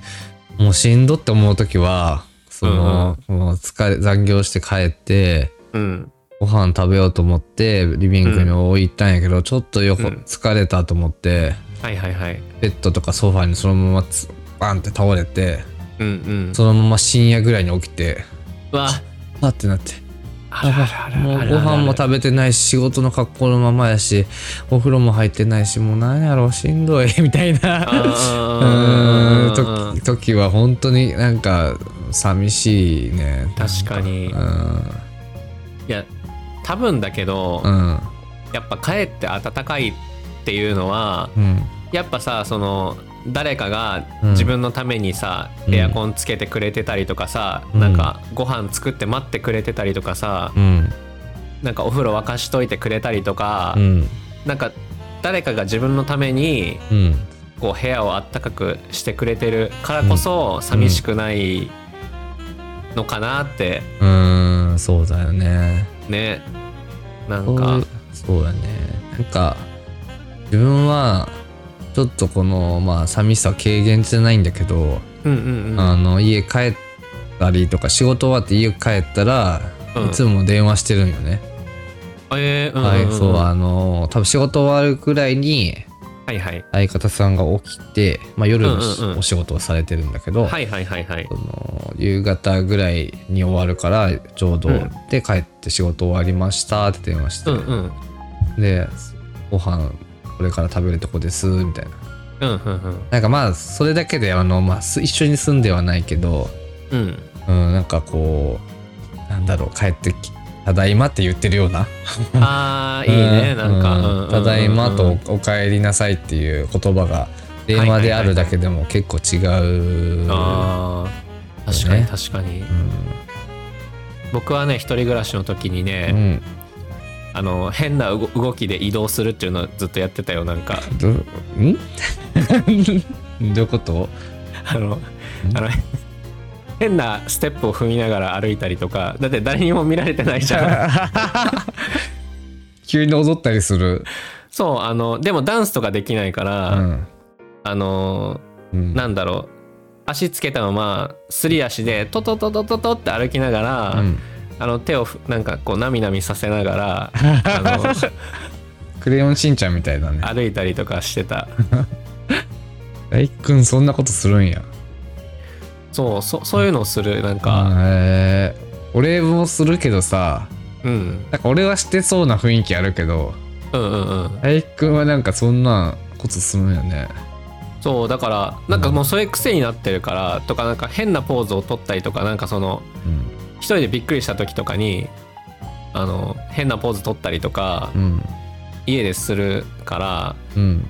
もうしんどって思う時はその、もう疲れ残業して帰って
うん
ご飯食べようと思ってリビングに置いたんやけど、ちょっと横、
うん
疲れたと思って
はいはいはい
ベッドとかソファーにそのままつバンって倒れて
うんうん
そのまま深夜ぐらいに起きて
うわ
パってなって
あらあらあ
もう
らあらあ
ご
ら
飯も食べてないし仕事の格好のままやしお風呂も入ってないしもう何やろうしんどいみたい なう
あー
ーん時時は本当になんか寂しいね
確かにい
うん
や多分だけど、
うん
やっぱ帰って暖かいっていうのは
うん
やっぱさその誰かが
うん
自分のためにさ、
うん
エアコンつけてくれてたりとかさ、
うん
なんかご飯作って待ってくれてたりとかさ、
うん
なんかお風呂沸かしといてくれたりとか、
うん
なんか誰かが自分のために
うん
こう部屋をあったかくしてくれてるからこそ寂しくないのかなって
うーんそうだよね
ねな
そ
ん
う
か
そうだねなんか自分はちょっとこのまあ寂しさは軽減じゃないんだけど
うんうんうん
あの家帰ったりとか仕事終わって家帰ったら、
うん
いつも電話してるんよね、
えーうん
はい
うん
そう
は
あの多分仕事終わるくらいに
いはい
相方さんが起きて、まあ、夜のし、
うんうんうん
お仕事をされてるんだけど、
はいはいはいはい
その夕方ぐらいに終わるからちょうど、
うん
で帰って仕事終わりましたって電話して、
うんうん
でご飯これから食べるとこですみたいな
うんうん
なんかまあそれだけであの、まあ、す一緒に住んではないけど
うんうん
うん、なんかこうなんだろう帰ってき「ただいま」って言ってるような
あーいいね
う
なんかうんうんうんうん
ただいま」とお「お帰りなさい」っていう言葉が電話であるだけでも結構違う、
ああ確かに
ね
確かに、
うん
僕はね一人暮らしの時にね、
うん
あの変な動動きで移動するっていうのをずっとやってたよなんか
どん どういうこと
あのあの変なステップを踏みながら歩いたりとかだって誰にも見られてないじゃん
急に踊ったりする、
そうあのでもダンスとかできないか
う
ら、
ん
あの
うん、
なんだろう足つけたまますり足でトトトトトトって歩きながら、
うん
あの手をふなんかこうなみなみさせながらあ
クレヨンしんちゃんみたいだね
の歩いたりとかしてた
大輝くんそんなことするんや
そうそそういうのをするなんか
へえ俺もするけどさ
うん、
なんか俺はしてそうな雰囲気あるけど
うんうんうん
大輝くんはなんかそんなことするんやね
そうだからなんかもうそういう癖になってるからとかなんか変なポーズを取ったりとかなんかその一人でびっくりした時とかにあの変なポーズ取ったりとか
うんうん
家でするから
うん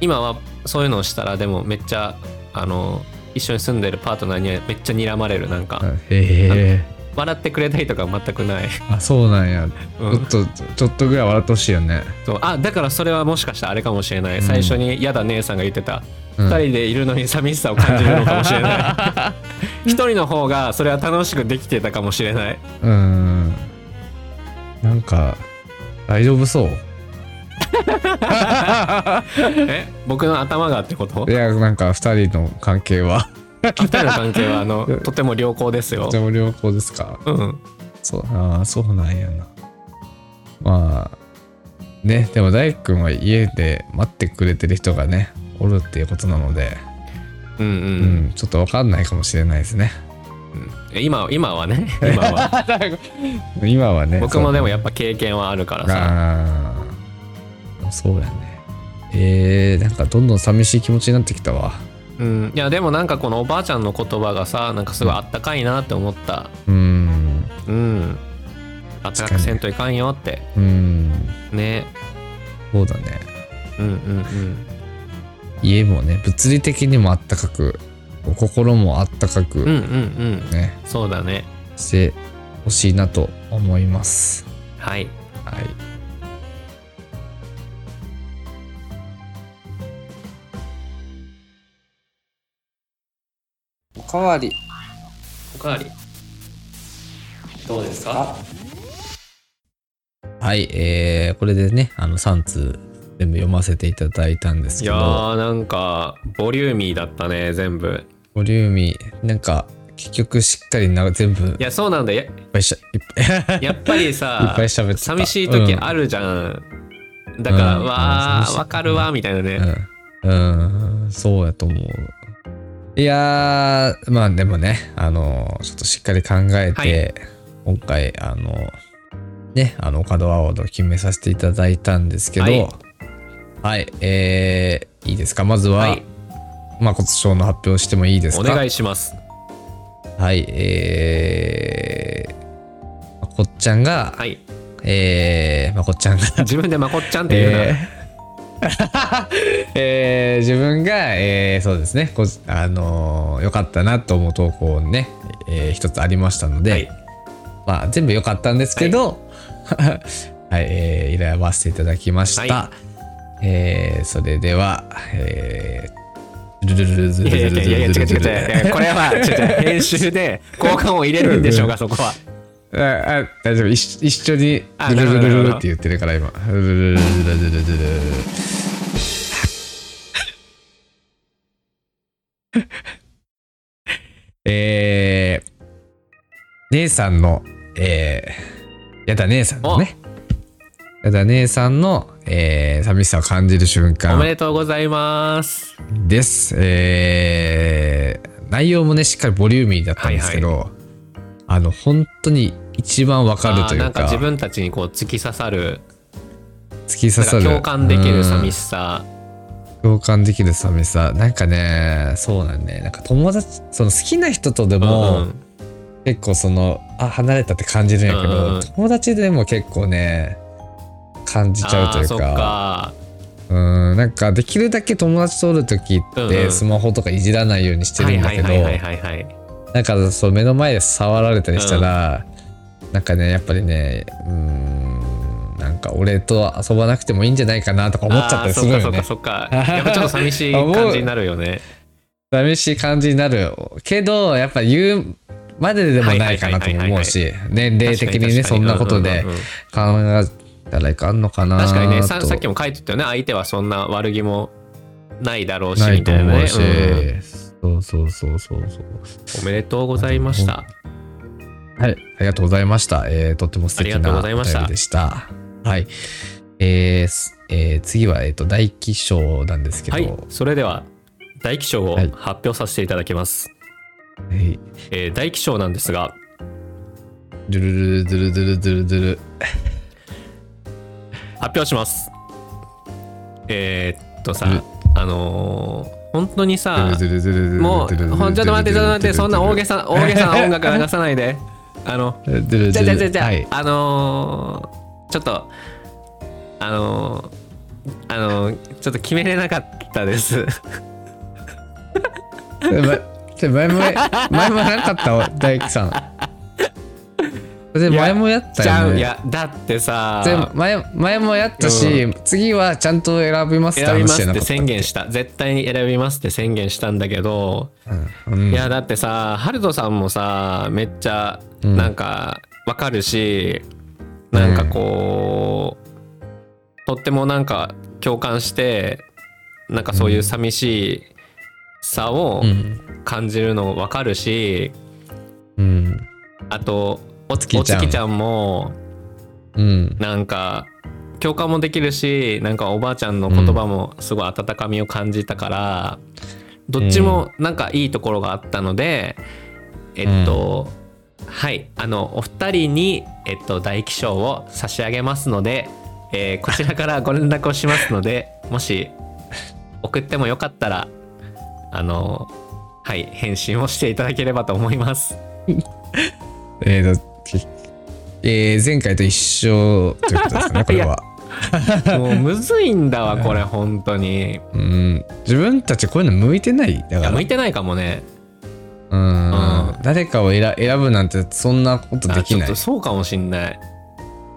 今はそういうのをしたらでもめっちゃあの一緒に住んでるパートナーにはめっちゃ睨まれるなんか、
へえ
笑ってくれたりとか全くない、
あそうなんやち
う
ょ
ん
っ、とちょっとぐらい笑ってほしいよね
そうあだからそれはもしかしたらあれかもしれない、
うん
最初に嫌だ姉さんが言ってた、
うん
2人でいるのに寂しさを感じるのかもしれない 一人の方がそれは楽しくできてたかもしれない
うんなんか大丈夫そう
え僕の頭がってこと
いやなんか二人の関 係は
二人の関係はあ のとても良好ですよ
とても良好ですか
うん
そうああそうなんやなまあねでも大工君は家で待ってくれてる人がねおるっていうことなので、
うんう
うん
ん、
ちょっとわかんないかもしれないですね
え今は今はね 今は
今はね
僕もでも
や
やっぱ経験はあるからさ
ああそうやねえー、なんかどんどん寂しい気持ちになってきたわ
うん、いやでもなんかこのおばあちゃんの言葉がさなんかすごいあったかいなって思った
うん
うんあったかくせんといかんよって
うん
ね
そうだね
うんうんうん
家もね物理的にもあったかく心もあったかく
うんうん
ね、
うんそうだね
してほしいなと思います。
はい
はい。
おかわり
おかわりどうですか
はい、えー、これでね、あの3通全部読ませていただいたんです
い
け
や
ど、
ーなんかボリューミーだったね全部
ボリューミー、なんか結局しっかりな全部いっ
いやそうなんだや
ぱいしゃ、いっぱい いっ
やっぱりさ
ぱい喋ってた。
寂しい時あるじゃん、だから、
うん
わ
寂し
ー
い
わかるわみたいなね、
うん、うん、そうやと思う。いやー、まあでもね、あの、ちょっとしっかり考えて、
はい
今回、あの、ね、あの、岡戸アワードを決めさせていただいたんですけど、
は
はいい、えー、いいですか、まずは、
はい
まあ、骨賞の発表してもいいです
お
か
願いします
はい、えー、まこっちゃんが、
はい
えー、まこっちゃんが、
自分でまこっちゃんって言うな、
えー えー自分が、えーそうですねこうあのー良かったなと思う投稿ね、えー一つありましたので、
はい
まあ、全部良かったんですけど、 はいえー依頼合わせていただきました、
は
えーそれでは、えー、ルルルルルル
いやいや
ルルル
いやいや違う違う違
ルルル
ういやこれは違う違う編集で交換を入れるんでしょうかそこは
ああ大丈夫一緒一緒に
あ
ルルル
なるほ
ル
どな
ル
るほ
ル
ど
って言ってるから今ルルルルルルルルルルえー、姉さんのえー、やだ姉さんのねやだ姉さんの、えー、寂しさを感じる瞬
おめ
間
でとうございます
ですえー、内容もねしっかりボリューミーだったんですけど、あの本当に一番わかるという
あー
か
なんか自分たちにこう突き刺さる
突き
な
刺
ん
さ
か
る
共感できる寂し
さ
さ
共感できる寂しさなんかねそうなんねなんか友達その好きな人とでも、
うん
結構そのあ離れたって感じるんやけど、
うんうん
友達でも結構ね感じちゃう
あ
とい
ー
う
そっ
か
か
うんなんかできるだけ友達とおる時っ
うんう
て
ん
スマホとかいじらないようにして
は
る
い
んだ
は
け
い
ど
はいはいはいはい
なんかそう目の前で触られたりしたら、なんかねやっぱりねうーんなんか俺と遊ばなくてもいいんじゃないかなとか思っちゃったりする
あーそ
よ
っか
ね
そっかそっかやっぱちょっと寂しい感じになるよ ね
寂しい感じになるけどやっぱ言うまででもないかなとも思うし年齢的にねそんなこと
う
で
んうんうん
考えたらいかんのかなと
確かにねささっきも書いてたよね相手はそんな悪気もないだろうし
ない
み
と
たいな
思
ね、
うし、
うん
そうそうそうそうそう
おめでとうございました
はい、ありがとうございました。えーとっても素敵
ありがとう
な
ご
お
ざいました
便りでした。はい。えーすえー次は、えー、と大気象なんですけど、
はいそれでは大気象を
はい
発表させていただきます、
はい
えー大気象なんですが
ドゥルルルドゥルドゥルドゥルドゥル。
発表しますえーっと
うん
さあのー本当にさ
ドゥルドゥルドゥルドゥル
もうほんちょっと待ってちょっと待ってそんな大げ
さ。
さ大げさな音楽流さないであの
ドゥルドゥ
じ
ルド
ゃ
ゥ
じゃ
ル
じゃじゃ、
はい。
あのーちょっとあのーあのーちょっと決めれなかったです
まちょ前も、前もなかったわ、大気さん。で前もやった
ちゃ
よ
うい
ね。
やだってさ
で前前もやったし、次はちゃんと選びますって
選びま
話じゃ
すっ
なか
て
った
宣言した絶対に選びますって宣言したんだけど、
うんうん
いやだってさハルトさんもさめっちゃ
うん
なんかわかるし、なんかこう、とってもなんか共感してなんかそういう寂しいさを
うん
感じるのわかるし、
うん
あとおつ
きちゃん
おつきちゃんも
うん
なんか共感もできるしなんかおばあちゃんの言葉もすごい温かみを感じたから、どっちもなんかいいところがあったので、えっと、はいあのお二人に、えっと、大気象を差し上げますので、えーこちらからご連絡をしますの でもし送ってもよかったらあのはい返信をしていただければと思います。
えーと、きえー前回と一緒ということですね、これは。
もうむずいんだわこれ本当に。
うん、自分たちこういうの向いてないだ
い
か
や
ら。
向いてないかもね。
うん
う
誰かを選選ぶなんてそんなことでき
あ
ない
ちょっと。そうかもしんない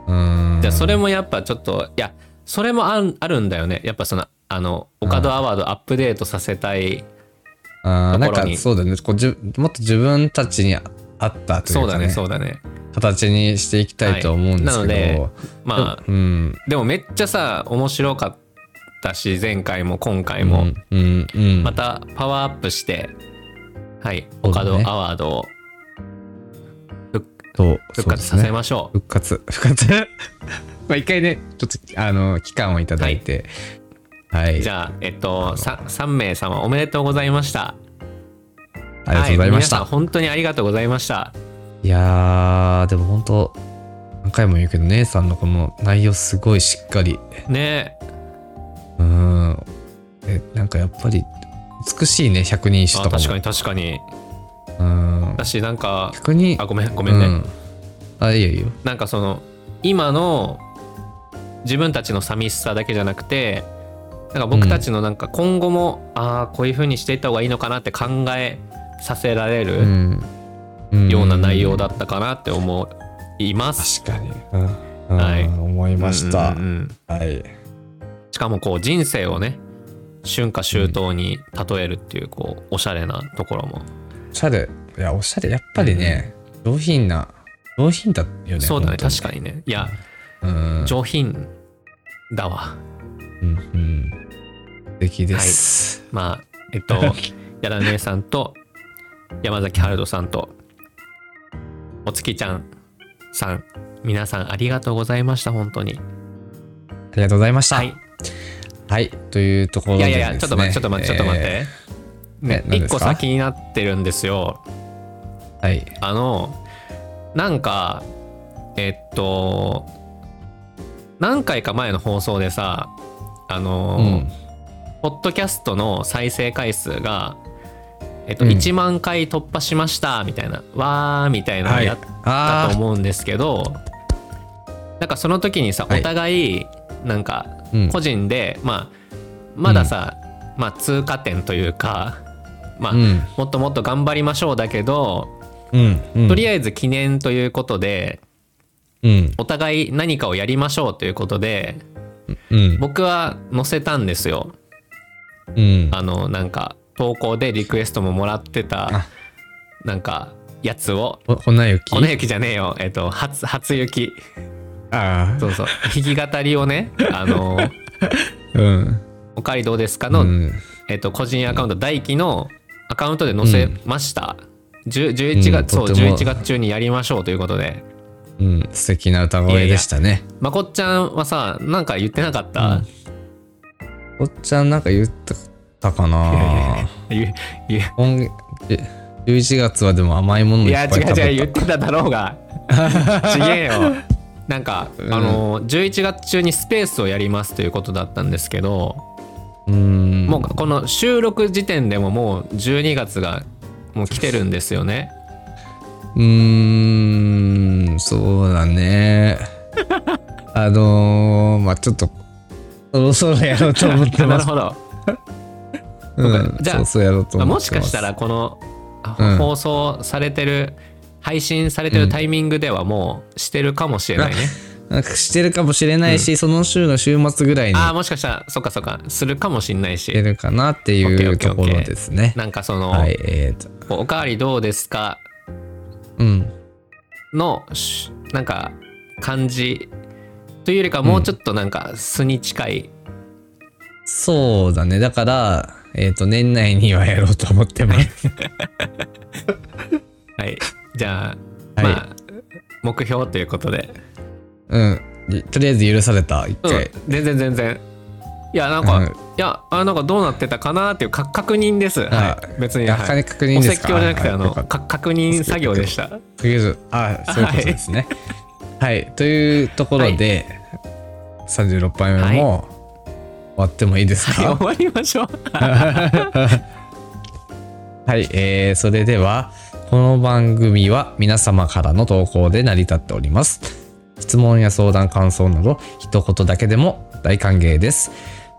うん
じゃあそれもやっぱちょっといやそれもあんあるんだよねやっぱそのあの岡戸アワードアップデートさせたい、
あーなん
ところ
か
に
そうだねこうじゅもっと自分たちに合ったとい
そうう
か、
だ
ね
ねそうだね
形にしていきたいと思うんですけど、
はいなのまあ
うん、
でもめっちゃさ面白かったし前回も今回も、
うんうんうん
またパワーアップしてはい
そう
岡
だね
戸アワードを
そう
復活させましょう
復活 復活まあ一回ねちょっとあの期間をいただいてはい、
じゃあえっと 3, 名様おめでとうございました
ありがとうございました、
は皆さん本当にありがとうございました
いやー、でも本当何回も言うけど、姉さんのこの内容すごいしっかり。
ね
うーん。え、なんかやっぱり、美しいね、百人一
あ
首とかも。
確かに確かに
うん。
だしなんか
百人、
あごめんごめんね、
うんあ、いいよいいよ。
なんかその今の自分たちの寂しさだけじゃなくてなんか僕たちのなんか今後も、ああこういう風にしていった方がいいのかなって考えさせられ
う
る
ん。ん
ような内容だ。ったかなって思います。
確かに。うん。うん
はい
思いました。
うんうんうん
はい。
しかもこう人生をね春夏秋冬に例えるっていうこうおしゃれなところも、
おしゃれ。いや、おしゃれ。やっぱりね、上品な、上品だよね。
そうだね
本当
確かにねいや
うん。
上品だわ
うん。うん。素敵です。
まあえ っと矢田姉さんと山崎春人さんとお月ちゃんさん皆さんありがとうございました本当に
ありがとうございました。
はい
はい、というところ
い
で
や
で
い
す、ね。
やいやちょっと待ってちょっと待ってちょっと待って、ね
え何
一
です
個
か
先になってるんですよ
えーはい。
あのなんかえっと何回か前の放送でさあの、
うん。
ポッドキャストの再生回数が、えっと、
うん
1万回突破しましたみたいな、わーみたいなの
はい
やっ
あ
たと
あ、
思うんですけど、なんかその時にさ、
はい
お互いなんか
うん
個人で、まあまださ、まあ通過点というかまあ、
うん
もっともっと頑張りましょうだけど
うんうん
とりあえず記念ということで
うん
お互い何かをやりましょうということで
うん
僕は載せたんですよ
うん
あのなんか投稿でリクエストももらってた
あ
なんかやつを
ほほなゆき
粉雪じゃねえよえっと初初雪
ああ
そう そう弾き語りをねあの
うん
「おかわりどうですかの」
うん
えっと、個人アカウント大輝のアカウントで載せました、十11月、
うん
そう
とても
11月中にやりましょうということで
うん素敵な歌声でしたね
まこっちゃんはさなんか言ってなかった、
うんおっちゃんなんか言ってたかない
やいや いやいや
今月え11月はでも甘いもの
い
いっ
や
ぱい
違
食べ
う
た
違う言ってただろう がちげえよなんか、あの11月中にスペースをやりますということだったんですけど、
うーん
もうこの収録時点でももう12月がもう来てるんですよね
うーんそうだね あのー、まあちょっとそろそろやろうと思って
な
ま
る
す
ほど
うん
じゃあ
そろそろやろうと
まあ
思ってます
もしかしたらこのあ
うん
放送されてる、配信されてるタイミングではもうしてるかもしれ ないね。
なんかしてるかもしれないし、その週の週末ぐらいに
ああ、もしかしたら、そっかそっか、するかもしれない
して
し、
るかなって
オッケー
い
オッ
う
ケー
と
オッケ
こ
ー
ろですね
なんかその、
はいえーと
こうおかわりどうですか
うん
の、しなんか、感じというよりかはもうちょっとなんか、素に近い、
そうだねだからえっ、と年内にはやろうと思って ます
はい、じ ゃあ、
はい
まあ、目標ということで、
うんとりあえず許された一
うん
回、
全然全然。いや、なんか、
うん
いや、あなんかどうなってたかなっていうか確認です。
あ
はい、別に。
あ
はい
金確認
お
で
説
すか
教じゃなくて、
はい
あ
よ
の、
かっ
か
た
確認作業でした。
とりあえずあそういうことですねはい、というところで、36杯目も終わってもいいです
はい、
か
終わりましょう。
はい、えーそれではこの番組は皆様からの投稿で成り立っております質問や相談感想など一言だけでも大歓迎です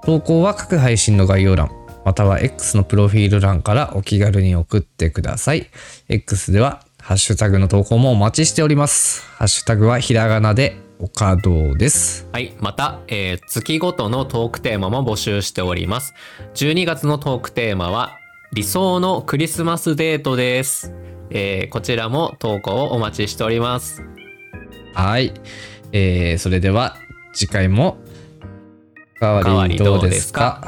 投稿は各配信の概要欄または X のプロフィール欄からお気軽に送ってください X ではハッシュタグの投稿もお待ちしておりますハッシュタグはひらがなでおかどうです
はい、また、えー月ごとのトークテーマも募集しております。12月のトークテーマは、理想のクリスマスデートです。えーこちらも投稿をお待ちしております。
はい、えーそれでは次回もおかわりどうですか